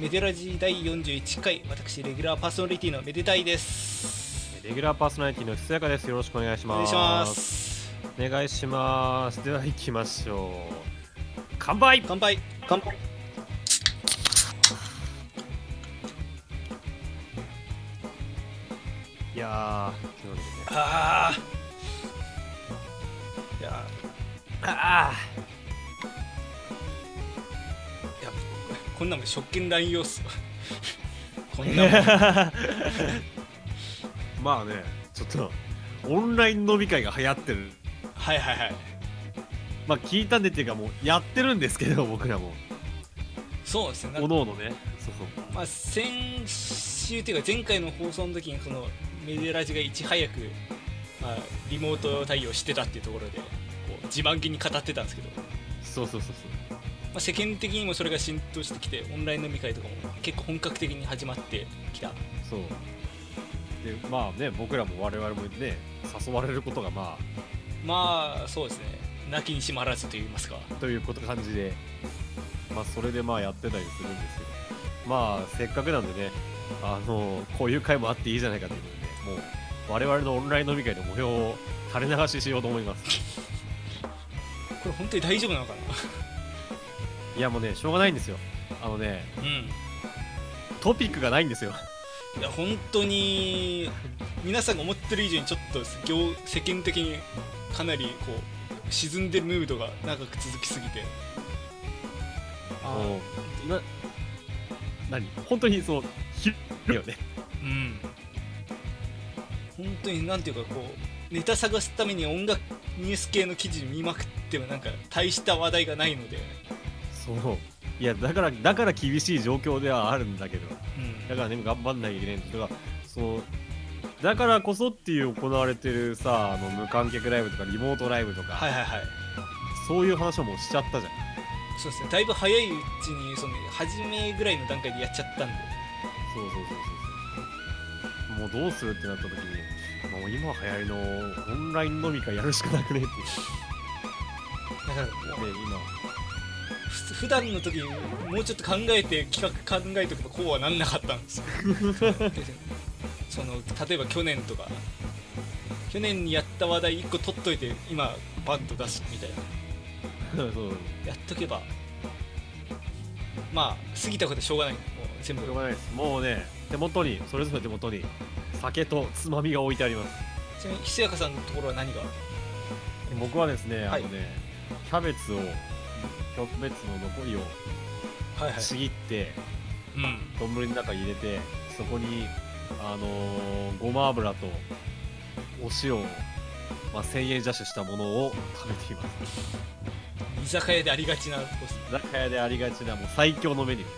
デラジー第41回私レギュラーパーソナリティのめでたいですレギュラーパーソナリティのひそやかですよろしくお願いしお願まいすしますお願いしますでは行きましょう乾杯乾杯乾杯いやー昨日ですねあーいやあーいやこんなもん職権乱用っすわ こんな もんあまあねちょっとオンライン飲み会が流行ってるはいはいはいまあ聞いたんでっていうかもうやってるんですけど僕らもそうですねなんおかのおのねそうそうまあ、先週というか前回の放送の時にそのメデラジがいち早く、まあ、リモート対応してたっていうところでこう自慢げに語ってたんですけど、まそうそうそうそあ、世間的にもそれが浸透してきてオンライン飲み会とかも結構本格的に始まってきたうそうでまあね僕らも我々もね誘われることがままあそうですね泣きにしまらずと言いますかあということ感じでまあそれでまあやってたりするんですけどまあせっかくなんでねあのこういう会もあっていいじゃないかということでもう我々のオンライン飲み会の模様を垂れ流ししようと思いますこれ本当に大丈夫なのかいやもうねしょうがないんですよあのねなうんトピックがないんですよいや本当に皆さんが思ってる以上にちょっと業世間的にかなりこう沈んでるムードが長く続きすぎてあーもうな何本当にそのひだよねうん本当になんていうかこうネタ探すために音楽ニュース系の記事見まくってもなんか大した話題がないので、そういやだからだから厳しい状況ではあるんだけどうんだからね頑張んなきゃいけないんだだからそうだからこそっていう行われてるさあの無観客ライブとかリモートライブとか、はいはいはいそういう話をもうしちゃったじゃんそうですねだいぶ早いうちにその初めぐらいの段階でやっちゃったんでそうそうそうそうそうもうどうするってなった時にもう今流行りのオンライン飲み会やるしかなく ねってだからもうで今ふ普段の時にもうちょっと考えて企画考えとくとこうはなんなかったん ですよその例えば去年とか去年にやった話題1個取っといて今バンと出すみたいなそうやっとけばまあ過ぎたことはしょうがないもう全部しょうがないですもうね手元にそれぞれ手元に酒とつまみが置いてありますちなみにひそやかさんのところは何が僕はですね、はいあのねキャベツをキャベツの残りをはいちぎって、うん丼の中に入れてそこにあのーごま油とお塩を、まあ、1000円ジャッシュしたものを食べています居酒屋でありがちなとこです居酒屋でありがちなもう最強のメニュー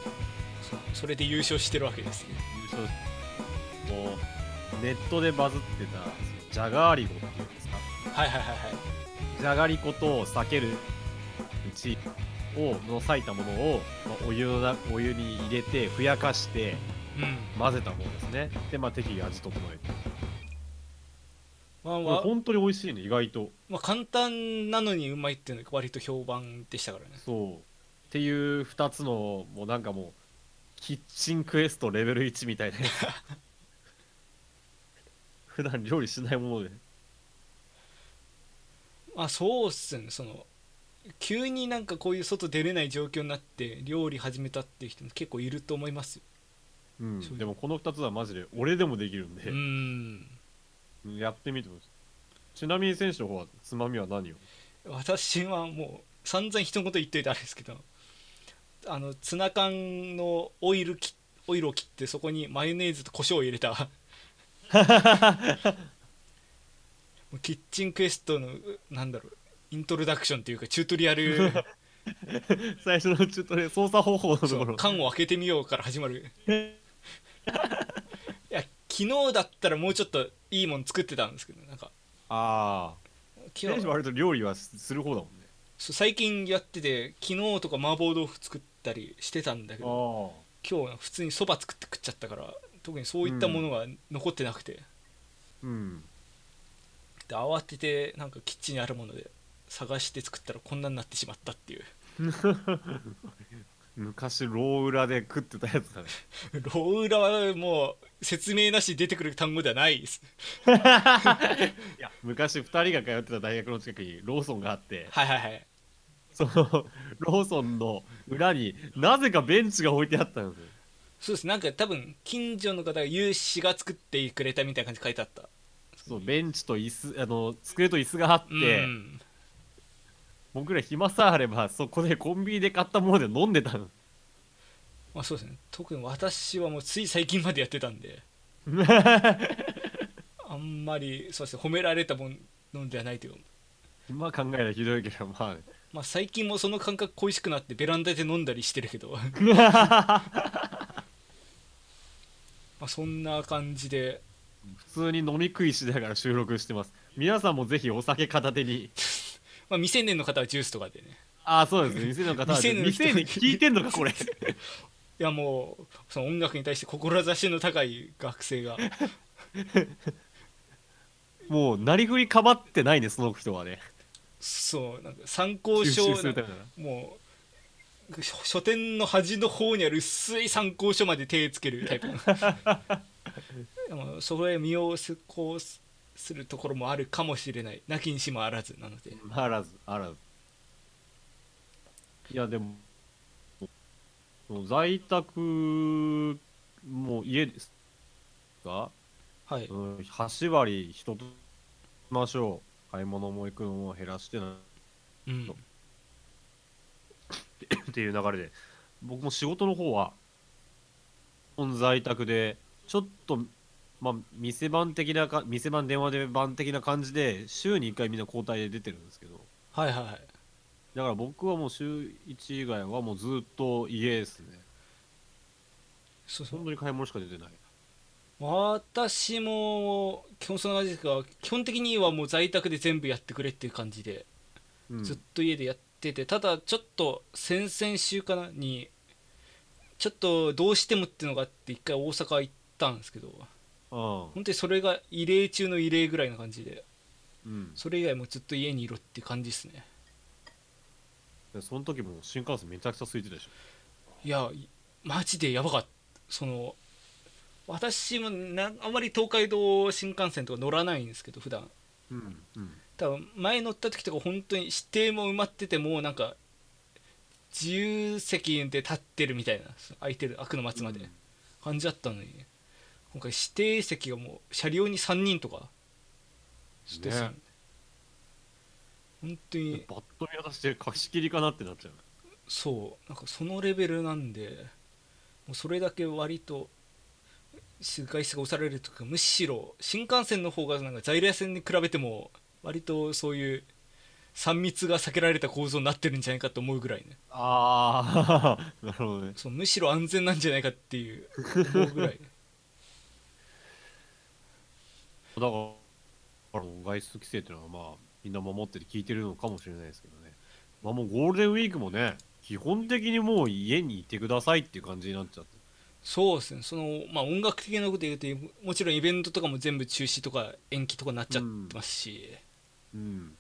そそれで優勝してるわけですね優勝もうネットでバズってたジャガーリゴっていうんですかはいはいはいはいじゃがりこと避ける道をの裂いたものを、まあお湯のなお湯に入れてふやかしてうん混ぜたものですねでまあ適宜味整えてまあこまれあ本当に美味しいね意外とまあ、簡単なのにうまいっていうのが割と評判でしたからねそうっていう2つのもうなんかもうキッチンクエストレベル1みたいなやつ 普段料理しないものでまあそうっすねその急になんかこういう外出れない状況になって料理始めたっていう人も結構いると思いますようん、でもこの2つはマジで俺でもできるんうで、んやってみてほしいちなみに選手の方はつまみは何を 私はもう散々一言言っといてあれですけどあのツナ缶のオイルきオイルを切ってそこにマヨネーズと胡椒を入れたもうキッチンクエストのなんだろうイントロダクションっていうかチュートリアル最初のちょっとね操作方法のとそこうろ缶を開けてみようから始まるいや昨日だったらもうちょっといいもん作ってたんですけどなんかああ昨選日手は割と料理はする方だもんねそう最近やってて昨日とか麻婆豆腐作ったりしてたんだけどあ今日は普通にそば作って食っちゃったから特にそういったものが残ってなくて、あうんで慌ててなんかキッチンにあるもので探して作ったらこんなになってしまったっていう昔ロー裏で食ってたやつだね ロウラはもう説明なし出てくる単語ではないですいや昔2人が通ってた大学の近くにローソンがあってはいはいはいそのローソンの裏になぜかベンチが置いてあったんですよそうですなんか多分近所の方が有志が作ってくれたみたいな感じで書いてあったそうベンチと椅子あの机と椅子があって、うん僕ら暇さえあればそこでコンビニで買ったもので飲んでたの まあそうですね特に私はもうつい最近までやってたんであんまりそうですね褒められたものではないというか今考えたらひどいけどままあ最近もその感覚恋しくなってベランダで飲んだりしてる けどまああそんな感じで普通に飲み食いしながら収録してます皆さんもぜひお酒片手にまあ、未成年の方はジュースとかでねああそうですね店の方は店店のに人聞いてんのかこれ いやもうその音楽に対して志の高い学生がもうなりふりかばってないねその人はねそうなんか参考収書集するためだなもう書書店の端の方にある薄い参考書まで手つけるタイプでもそれ身をすこうすするところもあるかもしれないなきにしもあらずなのであらずあらずいやでもその在宅もう家ですか、はい、うん、8割人としましょう買い物も行くのも減らしてなうん、っていう流れで僕も仕事の方は在宅でちょっとまあ店番的なか店番電話で番的な感じで週に1回みんな交代で出てるんですけどはいはいはいだから僕はもう週1以外はもうずっと家ですね。そうそう本当に買い物しか出てない。私も基本そんな感じですが基本的にはもう在宅で全部やってくれっていう感じで、うんずっと家でやっててただちょっと先々週かなにちょっとどうしてもっていうのがあって一回大阪行ったんですけどう本当にそれが異例中の異例ぐらいな感じでん。それ以外もずっと家にいろっていう感じですねうん。その時も新幹線めちゃくちゃ空いてたでしいやいマジでやばかったその私もなあんまり東海道新幹線とか乗らないんですけど普段ょ。うん。うん。多分前乗った時とか本当に指定も埋まっててもうなんか自由席で立ってるみたいなその空いてる悪の松までうん感じだったのに今回指定席がもう車両に3人とか指定席、ね本当にバットに渡して貸し切りかなってなっちゃう。そうなんかそのレベルなんでもうそれだけ割と外出が押されるというかむしろ新幹線の方がなんか在来線に比べても割とそういう3密が避けられた構造になってるんじゃないかと思うぐらいねああ、 なるほどね。そうむしろ安全なんじゃないかっていう思うぐらいだから、外出規制っていうのはまあ、みんな守ってて聞いてるのかもしれないですけどね。まあもうゴールデンウィークもね、基本的にもう家にいてくださいっていう感じになっちゃって。そうですねその、まあ、音楽的なことで言うともちろんイベントとかも全部中止とか延期とかになっちゃってますし、うん、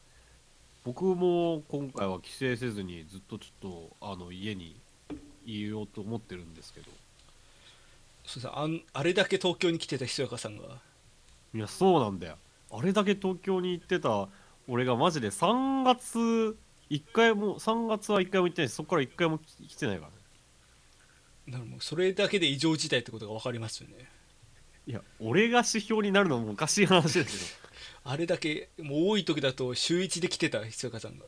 僕も今回は帰省せずにずっとちょっとあの家にいようと思ってるんですけどそうですねあんあれだけ東京に来てたひそやかさんがいやそうなんだよあれだけ東京に行ってた俺がマジで3月1回も3月は1回も行ってないしそこから1回も来来てないからねなるほどそれだけで異常事態ってことが分かりますよねいや俺が指標になるのもおかしい話だけどあれだけもう多い時だと週1で来てたひそやかさんが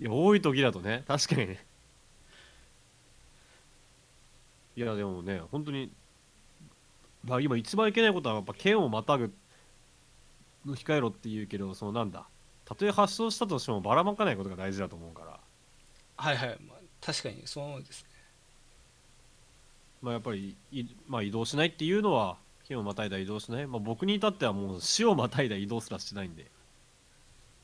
いや多い時だとね確かにねいやでもね本当にまあ今一番いけないことはやっぱ剣をまたぐの控えろって言うけどそのなんだたとえ発症したとしてもばらまかないことが大事だと思うからはいはい、まあ、確かにそうですねまあやっぱりい、まあ、移動しないっていうのは剣をまたいだ移動しない、まあ、僕に至ってはもう死をまたいだ移動すらしてないんで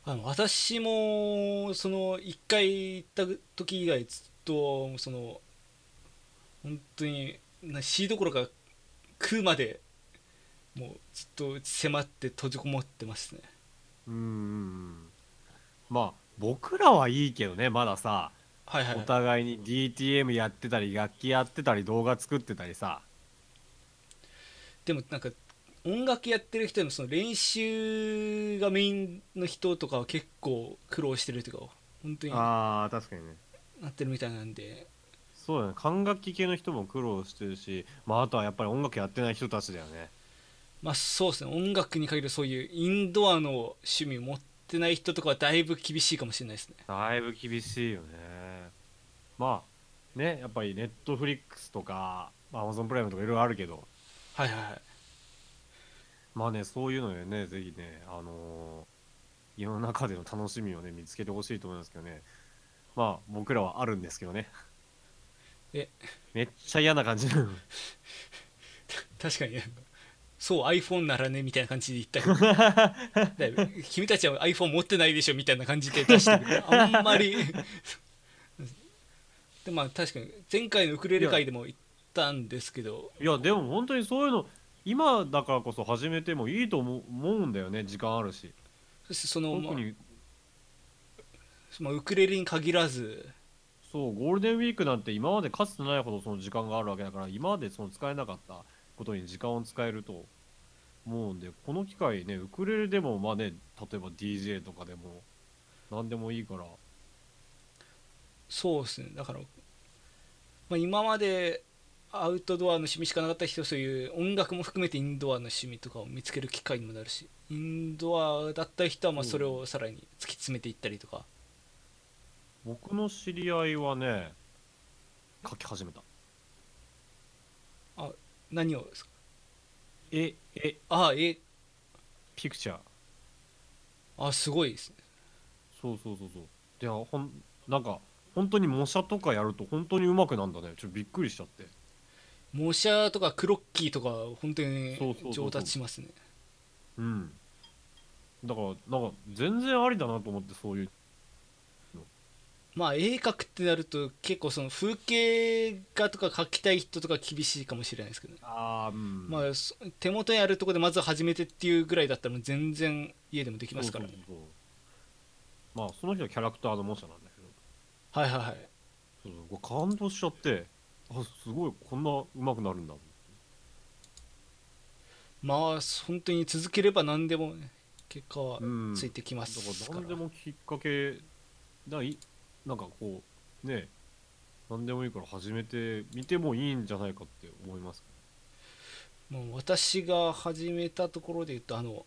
あの私もその1回行った時以外ずっとその本当にな死どころか食うまでもうずっと迫って閉じこもってますねうーんまあ僕らはいいけどねまださはいはいおはい互いに DTM やってたり楽器やってたり動画作ってたりさでもなんか音楽やってる人でもその練習がメインの人とかは結構苦労してるというか本当になあー確かにねってるみたいなんでそうだね管楽器系の人も苦労してるし、まあ、あとはやっぱり音楽やってない人たちだよねまあそうですね音楽に限るそういうインドアの趣味を持ってない人とかはだいぶ厳しいかもしれないですねだいぶ厳しいよねまあねやっぱりネットフリックスとかアマゾンプライムとかいろいろあるけどはいはいはいまあねそういうのでねぜひねあのー世の中での楽しみをね見つけてほしいと思いますけどねまあ僕らはあるんですけどねえめっちゃ嫌な感じ 確かにねそう iPhone ならねみたいな感じで言ったけ どだいぶ君たちは iPhone 持ってないでしょみたいな感じで出してくるあんまり でまあ確かに前回のウクレレ会でも言ったんですけどいやでも本当にそういうの今だからこそ始めてもいいと思う思うんだよね時間あるしそしてその特にまあ、ウクレレに限らずそうゴールデンウィークなんて今までかつてないほどその時間があるわけだから今までその使えなかったことに時間を使えると思うんでこの機会ねウクレレでもまあね例えば DJ とかでも何でもいいからそうですねだから、まあ、今までアウトドアの趣味しかなかった人そういう音楽も含めてインドアの趣味とかを見つける機会にもなるしインドアだった人はまあうんそれをさらに突き詰めていったりとか、僕の知り合いはね書き始めた何をですかええああえピクチャーあすごいですねそうそうそうそうであほんなんか本当に模写とかやると本当に上手くなんだねちょっとびっくりしちゃって模写とかクロッキーとか本当にそうそうそうそう上達しますねうんだからなんか全然ありだなと思ってそういうまあ絵描くってなると結構その風景画とか描きたい人とか厳しいかもしれないですけどねああうんまあ、そ手元にあるところでまず始めてっていうぐらいだったらもう全然家でもできますからねそうそうそうまあその人はキャラクターの模写なんだけどはいはいはいそうそうこれ感動しちゃってあすごいこんな上手くなるんだまあ本当に続ければ何でもね結果はうんついてきまだすかから何ら、でもきっかけないなんかこうね何でもいいから始めてみてもいいんじゃないかって思いますもう私が始めたところで言うとあの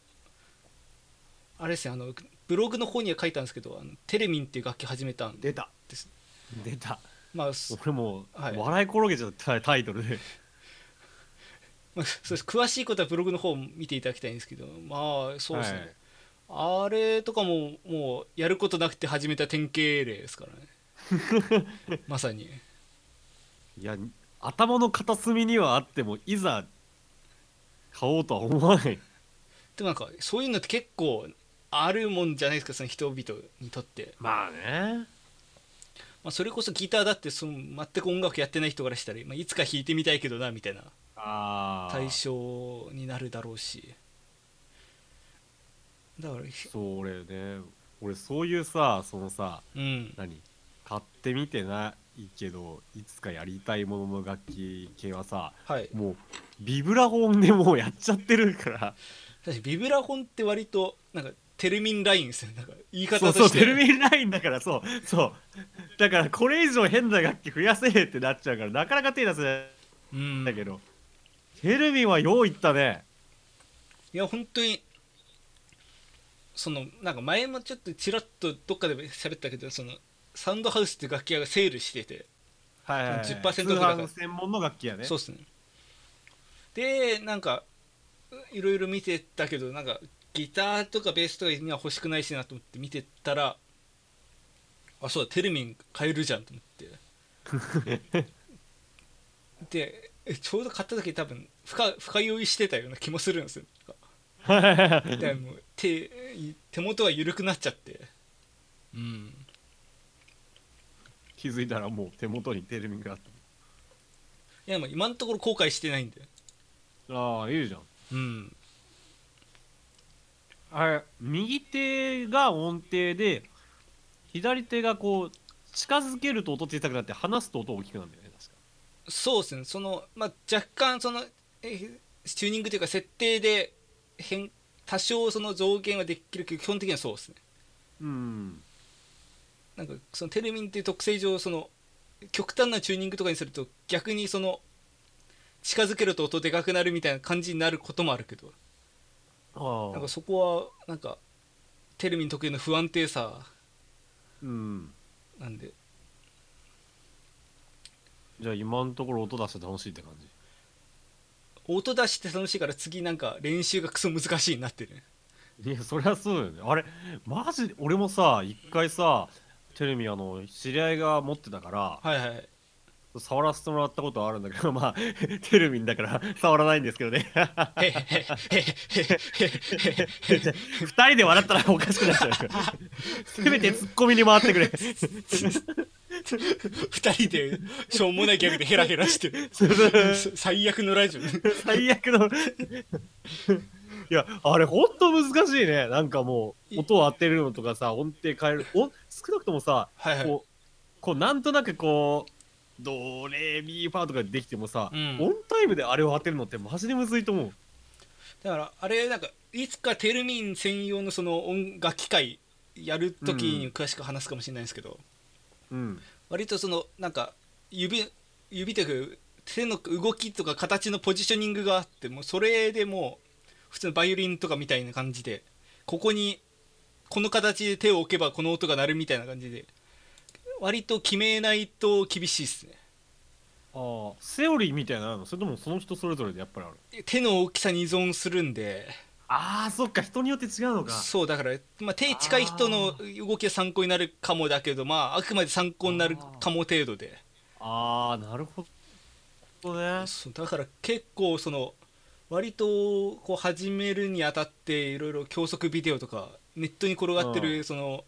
あれですねあのブログの方には書いたんですけどあのテレミンっていう楽器始めたんで出たです出 たまあそ俺もうはい笑い転げちゃったタイトルでまあそうです詳しいことはブログの方を見ていただきたいんですけどまあそうですね、あれとかももうやることなくて始めた典型例ですから ねまさにいや頭の片隅にはあってもいざ買おうとは思わないでもなんかそういうのって結構あるもんじゃないですかその人々にとって、まあねまあ、それこそギターだってその全く音楽やってない人からしたら、まあ、いつか弾いてみたいけどなみたいなああ対象になるだろうしだからそう俺ね俺そういうさそのさうん何買ってみてないけどいつかやりたいものの楽器系はさはいもうビブラフォンでもうやっちゃってるから確かにビブラフォンって割となんかテルミンラインですよねなんか言い方そうとしそてうテルミンラインだからそうそうだからこれ以上変な楽器増やせへってなっちゃうからなかなか手出せないうんんだけど、テルミンはよういったねいや本当にそのなんか前もちょっとちらっとどっかで喋ったけどそのサウンドハウスって楽器屋がセールしてて、はいはい、はい、 10%オフ通だから販専門の楽器やねそうっすねでなんかいろいろ見てたけどなんかギターとかベースとかには欲しくないしなと思って見てたらあそうだテルミン買えるじゃんと思ってでえちょうど買った時多分深深酔いしてたような気もするんですよはいはい はい だからもう手手元が緩くなっちゃってうん気づいたらもう手元にテルミンがあったいやまあ今のところ後悔してないんでああいいじゃんうんあれ右手が音程で左手がこう近づけると音小さくなって離すと音大きくなるんだよね確かそうですねその、まあ、若干そのえチューニングというか設定で変多少その増減はできるけど基本的にはそうですねうんなんかそのテルミンっていう特性上その極端なチューニングとかにすると逆にその近づけると音でかくなるみたいな感じになることもあるけどあなんあかそこはなんかテルミン特有の不安定さうんなんでじゃあ今のところ音出して楽しいって感じ音出して楽しいから次なんか練習がクソ難しいなってねいやそりゃそうだよねあれマジ俺もさ一回さテレビあの知り合いが持ってたからはいはい触らせてもらったことはあるんだけどまあ テレビだから 触らないんですけどね へへへへへへへ二人で笑ったらおかしくなっちゃうよせめてツッコミに回ってくれ 二人でしょうもないギャグでヘラヘラしてる最悪のラジオ最悪のいやあれほんと難しいねなんかもう音を当てるのとかさ音程変えるお少なくともさはいはいこうこうなんとなくこうドレミファとかできてもさ、うんオンタイムであれを当てるのってマジでむずいと思うだからあれなんかいつかテルミン専用のその音楽機械やるときに詳しく話すかもしれないですけど、うん割とそのなんか指指というか手の動きとか形のポジショニングがあってもうそれでもう普通のバイオリンとかみたいな感じでここにこの形で手を置けばこの音が鳴るみたいな感じで割と決めないと厳しいですねああセオリーみたいなのあるのそれともその人それぞれでやっぱりある手の大きさに依存するんであーそっか人によって違うのかそうだから、まあ、手近い人の動きは参考になるかもだけどまああくまで参考になるかも程度でああなるほどねそうだから結構その割とこう始めるにあたっていろいろ教則ビデオとかネットに転がってうるその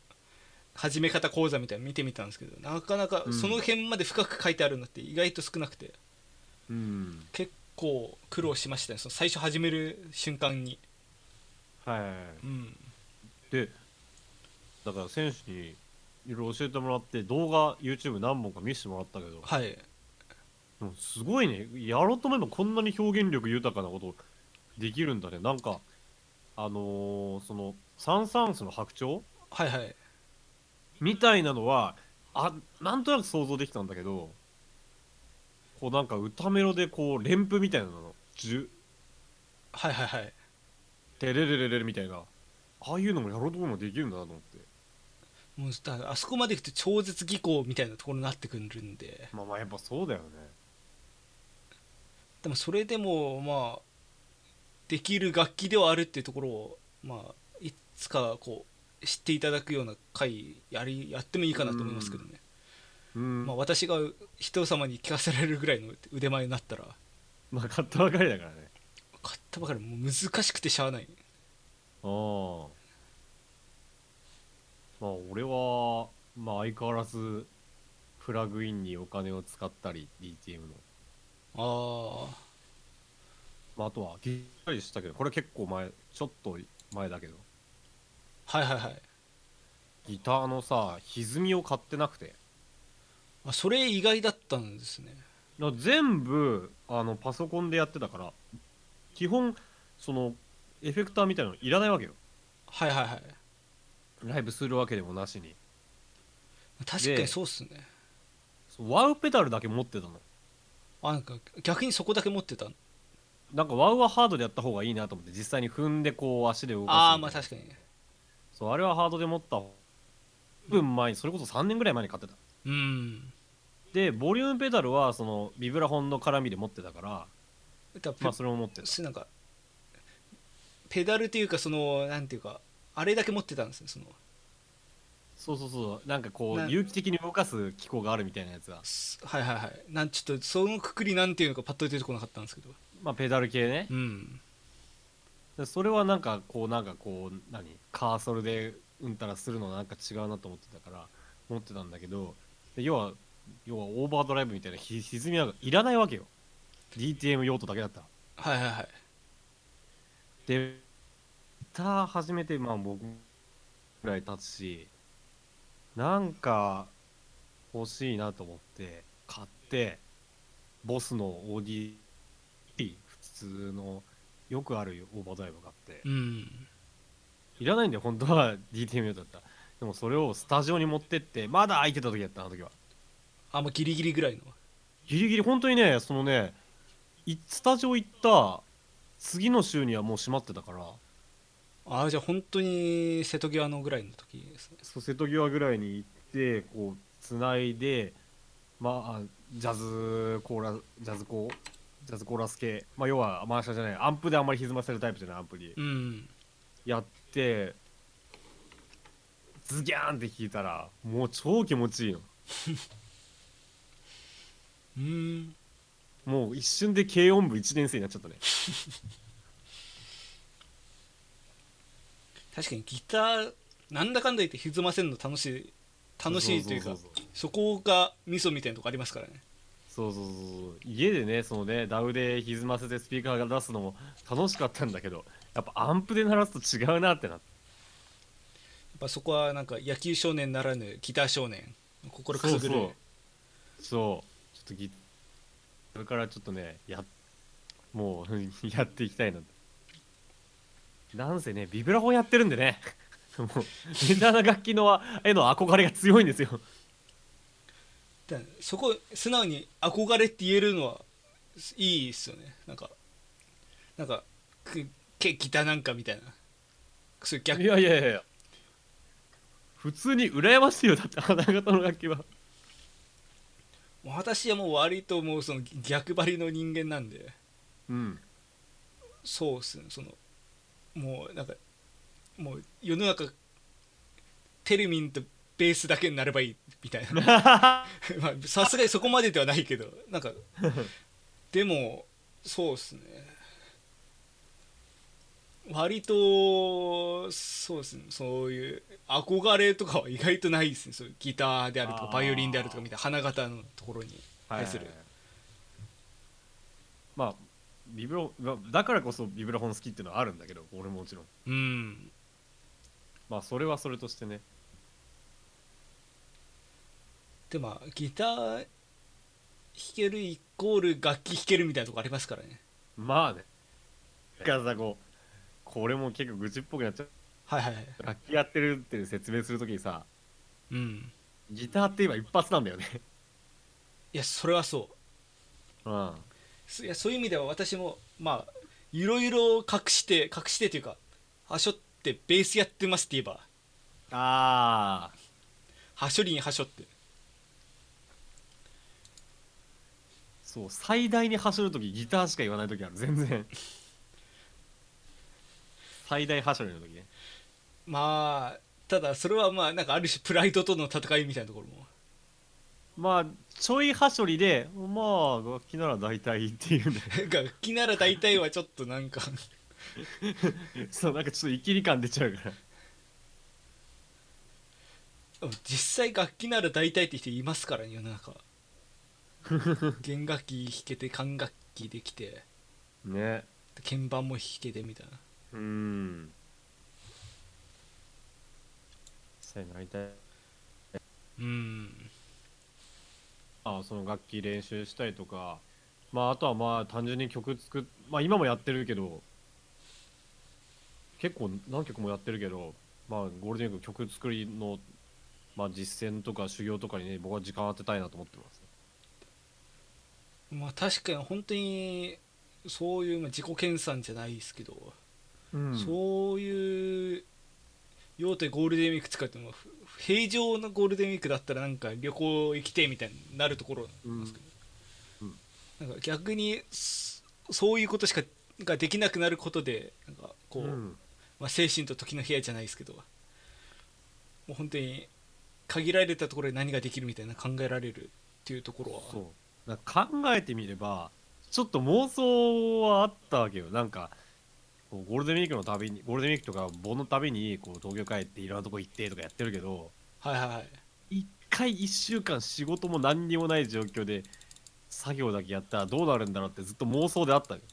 始め方講座みたいなの見てみたんですけどなかなかうんその辺まで深く書いてあるのって意外と少なくてうん結構苦労しましたねその最初始める瞬間に、はいうん、でだから選手にいろいろ教えてもらって動画 YouTube 何本か見せてもらったけどはいでもすごいねやろうと思えばこんなに表現力豊かなことできるんだねなんかあのーそのサン・サーンスの白鳥はいはいみたいなのはあなんとなく想像できたんだけどこうなんか歌メロでこう連符みたいなのじゅはいはいはいテレレレレレみたいなああいうのもやろうと思えばできるんだなと思ってもうだからあそこまで行くと超絶技巧みたいなところになってくるんでまあまあやっぱそうだよねでもそれでもまあできる楽器ではあるっていうところをまあいつかこう知っていただくような回やりやってもいいかなと思いますけどね、うんままあ、私が人様に聞かせられるぐらいの腕前になったらあ買ったばかりだからね買ったばかりもう難しくてしゃあないああまあ俺は、まあ、相変わらずプラグインにお金を使ったり DTM の、ああまあ、あとはギタリしたけどこれ結構前ちょっと前だけどはいはいはいギターのさ歪みを買ってなくてあそれ意外だったんですねだから全部あのパソコンでやってたから基本そのエフェクターみたいなのいらないわけよはいはいはいライブするわけでもなしに確かにそうっすねそうワウペダルだけ持ってたのあなんか逆にそこだけ持ってたなんかワウはハードでやった方がいいなと思って実際に踏んでこう足で動かすみたいなああまあ確かにそうあれはハードで持った方ずいぶん前にそれこそ3年ぐらい前に買ってたうんでボリュームペダルはそのビブラフォンの絡みで持ってたからだからまあそれも持ってたすなんかペダルというかそのなんていうかあれだけ持ってたんですねそのそうそうそうなんかこなう有機的に動かす機構があるみたいなやつはすはいはいはいなんちょっとそのくくりなんていうのかパッと出てこなかったんですけどまあペダル系ねうんでそれはなんかこうなんかこう何カーソルでうんたらするのなんか違うなと思ってたから持ってたんだけどで要は要はオーバードライブみたいなひ歪みなんかいらないわけよ DTM 用途だけだったらはいはいはいでギター始めてまあ僕ぐらい経つしなんか欲しいなと思って買ってボスの OD 普通のよくあるオーバードライブ買ってうんいらないんだよ本当は DTM 用だったでもそれをスタジオに持ってってまだ空いてた時やったあの時はあもうギリギリぐらいのギリギリ本当にねそのねいスタジオ行った次の週にはもう閉まってたからああじゃあ本当に瀬戸際のぐらいの時ですねそう瀬戸際ぐらいに行ってこうつないでまあジャズコーラジャズコージャズコーラス系、まあ、要はマーシャじゃないアンプであんまり歪ませるタイプじゃないアンプにうんやってズギャーンって弾いたらもう超気持ちいいのうんもう一瞬で軽音部1年生になっちゃったね確かにギターなんだかんだ言って歪ませるの楽しい楽しいというかそそうそうそうこがミソみたいなとこありますからねそうそうそうそう家でねそのねダウで歪ませてスピーカーが出すのも楽しかったんだけどやっぱアンプで鳴らすと違うなってなってやっぱそこはなんか野球少年ならぬギター少年心くすぐるそうそうそうちょっとギこれからちょっとねやもうやっていきたいななんせねビブラフォンやってるんでね もうメジャーな楽器のはへの憧れが強いんですよだからそこ素直に憧れって言えるのはいいっすよねなんかなんかくけギターなんかみたいなそういう逆いやいやいやいや普通に羨ましいよだって花形の楽器はもう私はもう割ともうその逆張りの人間なんで うんそうっすねそのもうなんかもう世の中テルミンとベースだけになればいいみたいな まあさすがにそこまでではないけどなんかでもそうっすね割とそうですねそういう憧れとかは意外とないですねそういうギターであるとあかーバイオリンであるとかみたいな花形のところに対する、まあビブロまあだからこそビブラフォン好きっていうのはあるんだけど俺ももちろんうんまあそれはそれとしてねでまあギター弾けるイコール楽器弾けるみたいなとこありますからねまあね。だからさ、こう、これも結構愚痴っぽくなっちゃう。はいはいはい楽器やってるって説明するときにさ、うんギターって言えば一発なんだよね。いやそれはそううん。そいやそういう意味では私もまあいろいろ隠して隠してというかはしょってベースやってますって言えばあはしょりにはしょってそう、最大に走るときギターしか言わないときある。全然。最大走るのときね。まあただそれはまあなんかある種プライドとの戦いみたいなところも まあ、ちょい走りで、まあ、楽器なら大体っていうね。 楽器なら大体はちょっとなんかそう、なんかちょっとイキリ感出ちゃうから。実際楽器なら大体って人いますからね世の中弦楽器弾けて管楽器できてね。鍵盤も弾けてみたいなうん。そうやなりたい。うんあその楽器練習したりとか、まあ、あとはまあ単純に曲作っ、まあ、今もやってるけど結構何曲もやってるけど、まあ、ゴールデンウィーク曲作りの、まあ、実践とか修行とかにね僕は時間当てたいなと思ってますまあ確かに本当にそういうまあ自己研鑽じゃないですけど、うんそういう用途でゴールデンウィーク使うってもふ平常のゴールデンウィークだったらなんか旅行行きてえみたいになるところなんですけど、うんなんか逆にそそういうことしかができなくなることでなんかこう、うんまあ、精神と時の部屋じゃないですけどもう本当に限られたところで何ができるみたいな考えられるっていうところはそうなんか考えてみればちょっと妄想はあったわけよなんかこうゴールデンウィークの旅にゴールデンウィークとか盆の旅にこう東京帰っていろんなとこ行ってとかやってるけどはいはいはい一回一週間仕事も何にもない状況で作業だけやったらどうなるんだろうってずっと妄想であったのよ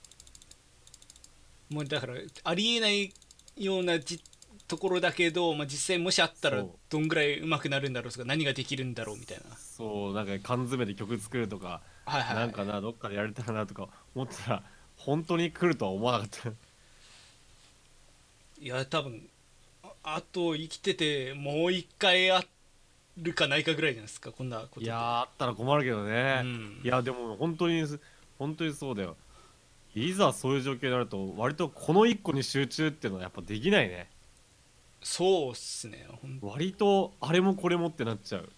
もうだからありえないようなじところだけど、まあ、実際もしあったらそうどんぐらい上手くなるんだろうとか何ができるんだろうみたいなそうなんか缶詰で曲作るとか、はいはいなんかなどっかでやれたらなとか思ってたら本当に来るとは思わなかったいや多分ああと生きててもう一回あるかないかぐらいじゃないですかこんなこといやーあったら困るけどね、うんいやでも本当にす本当にそうだよいざそういう状況になると割とこの1個に集中っていうのはやっぱできないねそうっすねほん割とあれもこれもってなっちゃう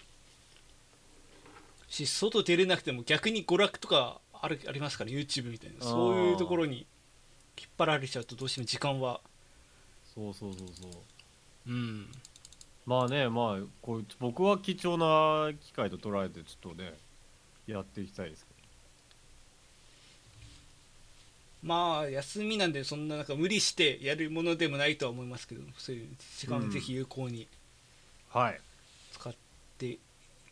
し外出れなくても逆に娯楽とかあるありますから YouTube みたいなあーそういうところに引っ張られちゃうとどうしても時間はそうそうそうそううんまあねまあこう僕は貴重な機会と捉えてちょっとねやっていきたいですけまあ休みなんでそんななんか無理してやるものでもないとは思いますけどそういう時間をぜひ有効にどはい使ってい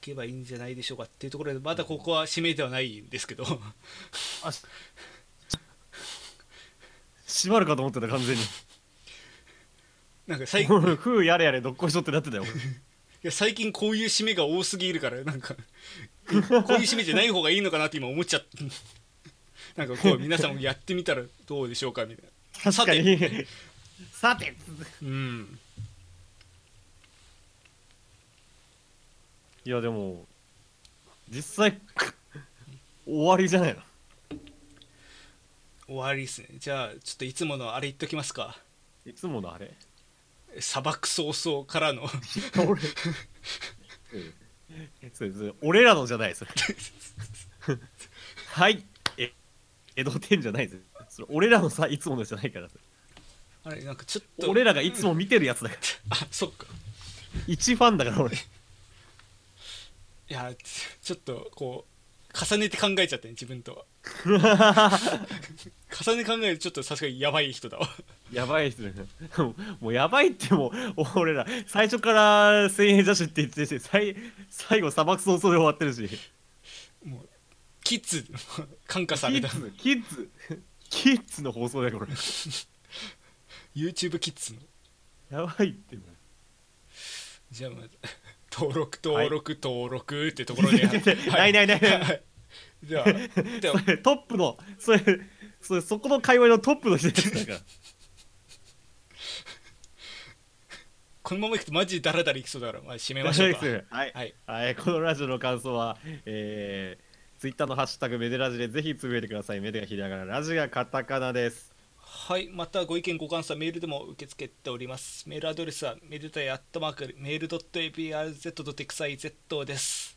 けばいいんじゃないでしょうかっていうところでまだここは締めではないんですけど あし閉まるかと思ってた完全になんか最 近い俺ふうやれやれどっこいしょってなってたよ俺や最近こういう締めが多すぎるからなんかこういう締めじゃない方がいいのかなって今思っちゃって なんかこう皆さんもやってみたらどうでしょうかみたいな確かにさてうんいやでも実際終わりじゃないの終わりですねじゃあちょっといつものあれ言っときますかいつものあれ砂漠早々からの俺そうです俺らのじゃないそれ はいえ江戸天じゃないですそれ俺らのさいつものじゃないからあれなんかちょっと俺らがいつも見てるやつだからあそっか一ファンだから俺いやちちょっとこう重ねて考えちゃってね自分とは 重ねて考えるとちょっとさすがにやばい人だわやばい人だな もうもうやばいってもう俺ら最初から千円女子って言ってて最最後砂漠早々で終わってるしもうキッズ感化キされたッズキッズキッズの放送だよこれ YouTube キッズのやばいってもうじゃあまず登録登録、登録ってところで、 ないないないないいじゃあではそれトップのそれそれそこの界隈のトップの人たちだからこのままいくとマジでダラダラいきそうだから、まあ、締めましょう かはい、はいはい、このラジオの感想は、えー、ツイッターのハッシュタグメデラジでぜひつぶやいてくださいメデがひらがなラジがカタカナですはい、またご意見ご感想はメールでも受け付けておりますメールアドレスはめでたいアットマークメール .abrz.xyz です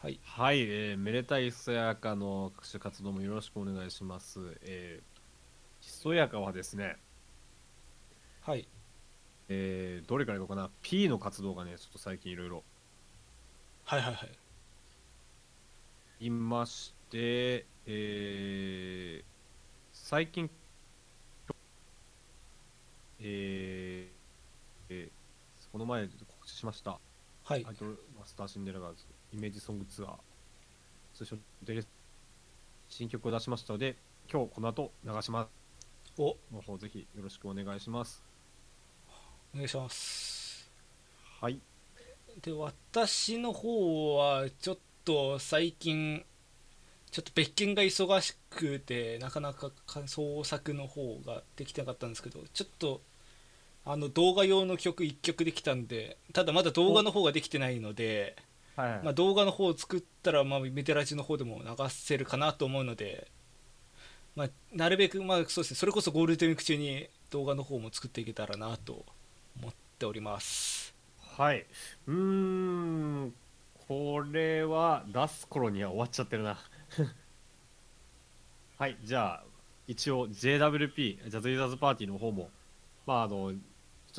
はいはい、えー、めでたいひそやかの各種活動もよろしくお願いしますえー、ひそやかはですねはいえー、どれからいこうかな P の活動がねちょっと最近いろいろはいはいはいいまして、えー、最近、えーえーこの前告知しました、はいアイドルマスターシンデレラガーズイメージソングツアー、通称デレ新曲を出しましたので、今日この後流しまおおすの方、ぜひよろしくお願いします。願いしますはい、で私の方はちょっと最近ちょっと別件が忙しくてなかなかか創作の方ができてなかったんですけどちょっとあの動画用の曲1曲できたんでただまだ動画の方ができてないので、はいまあ、動画の方を作ったら、まあ、メテラジの方でも流せるかなと思うので、まあ、なるべく、まあそうですね、それこそゴールデンウィーク中に動画の方も作っていけたらなと思っておりますはい、うーん、これは出す頃には終わっちゃってるな。 はい、じゃあ、一応 JWP、ジャズユーザーズパーティーの方も、まあ、あの、ち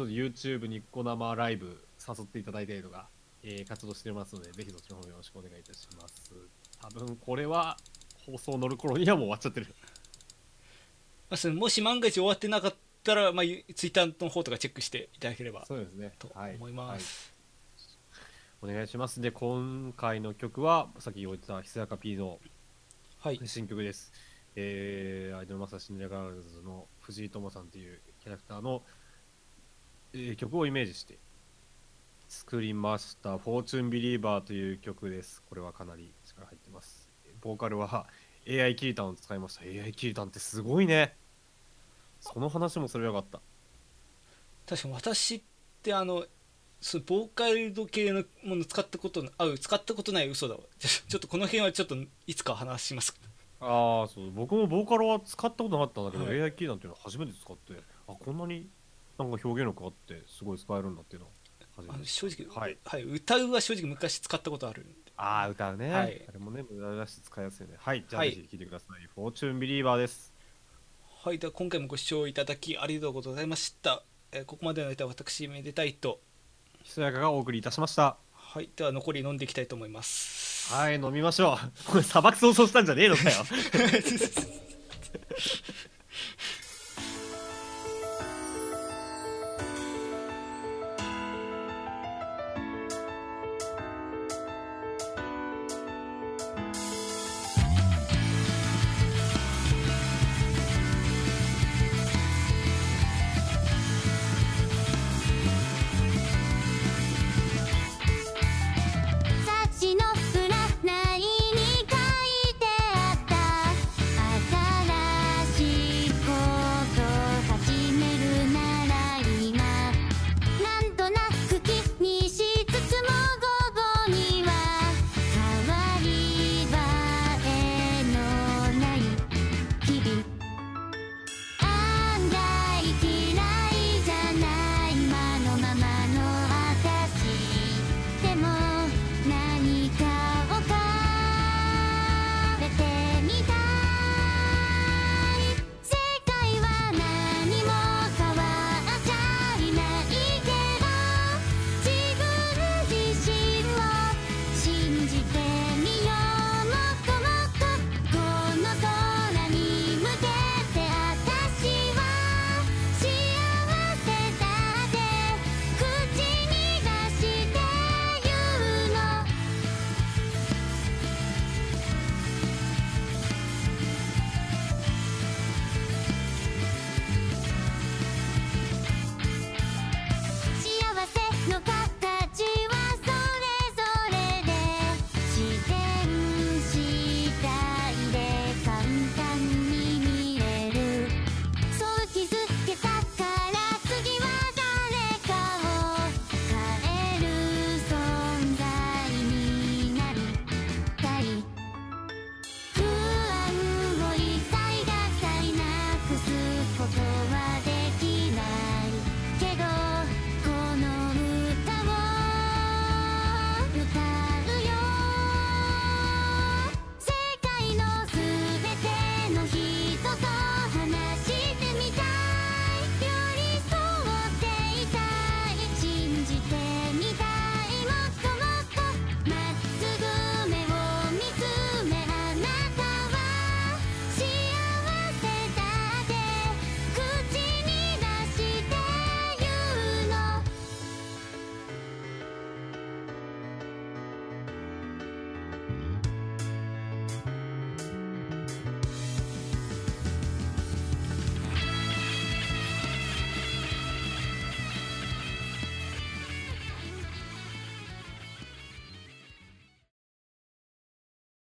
ょっと YouTube ニッコ生ライブ誘っていただいたりとか、えー活動してますので、ぜひそっちの方よろしくお願いいたします。多分これは放送乗る頃にはもう終わっちゃってる。まあ、そのもし万が一終わってなかったら、まあ、ツイッターの方とかチェックしていただければそうですねとはい。思います、お願いします。で、今回の曲は、さっき言った、ひそやか P のはい新曲です。えー、アイドルマスターシンデレラガールズの藤井友さんというキャラクターの、えー曲をイメージして作りました「フォーチュンビリーバー」という曲ですこれはかなり力入ってますボーカルは AI キリタンを使いました AI キリタンってすごいねその話もすればよかった確かに私ってあのそのボーカルド系のもの使ったことなあ使ったことない嘘だわ ちょっとこの辺はちょっといつか話しますああそう僕もボーカルは使ったことなかったんだけど、は AI キーなんていうのは初めて使ってあこんなになんか表現力あってすごい使えるんだっていうのは初あめのて正直、はい、歌うは正直昔使ったことあるんでああ歌うね、はいあれもね無駄だし使いやすいよねはいじゃあはぜいひ聴いてください、フォーチュンビリーバーですはいでは今回もご視聴いただきありがとうございました、えーここまでの間は私めでたいとひそやかがお送りいたしましたはいでは残り飲んでいきたいと思いま すはい飲みましょうこれ砂漠想像したんじゃねえのかよい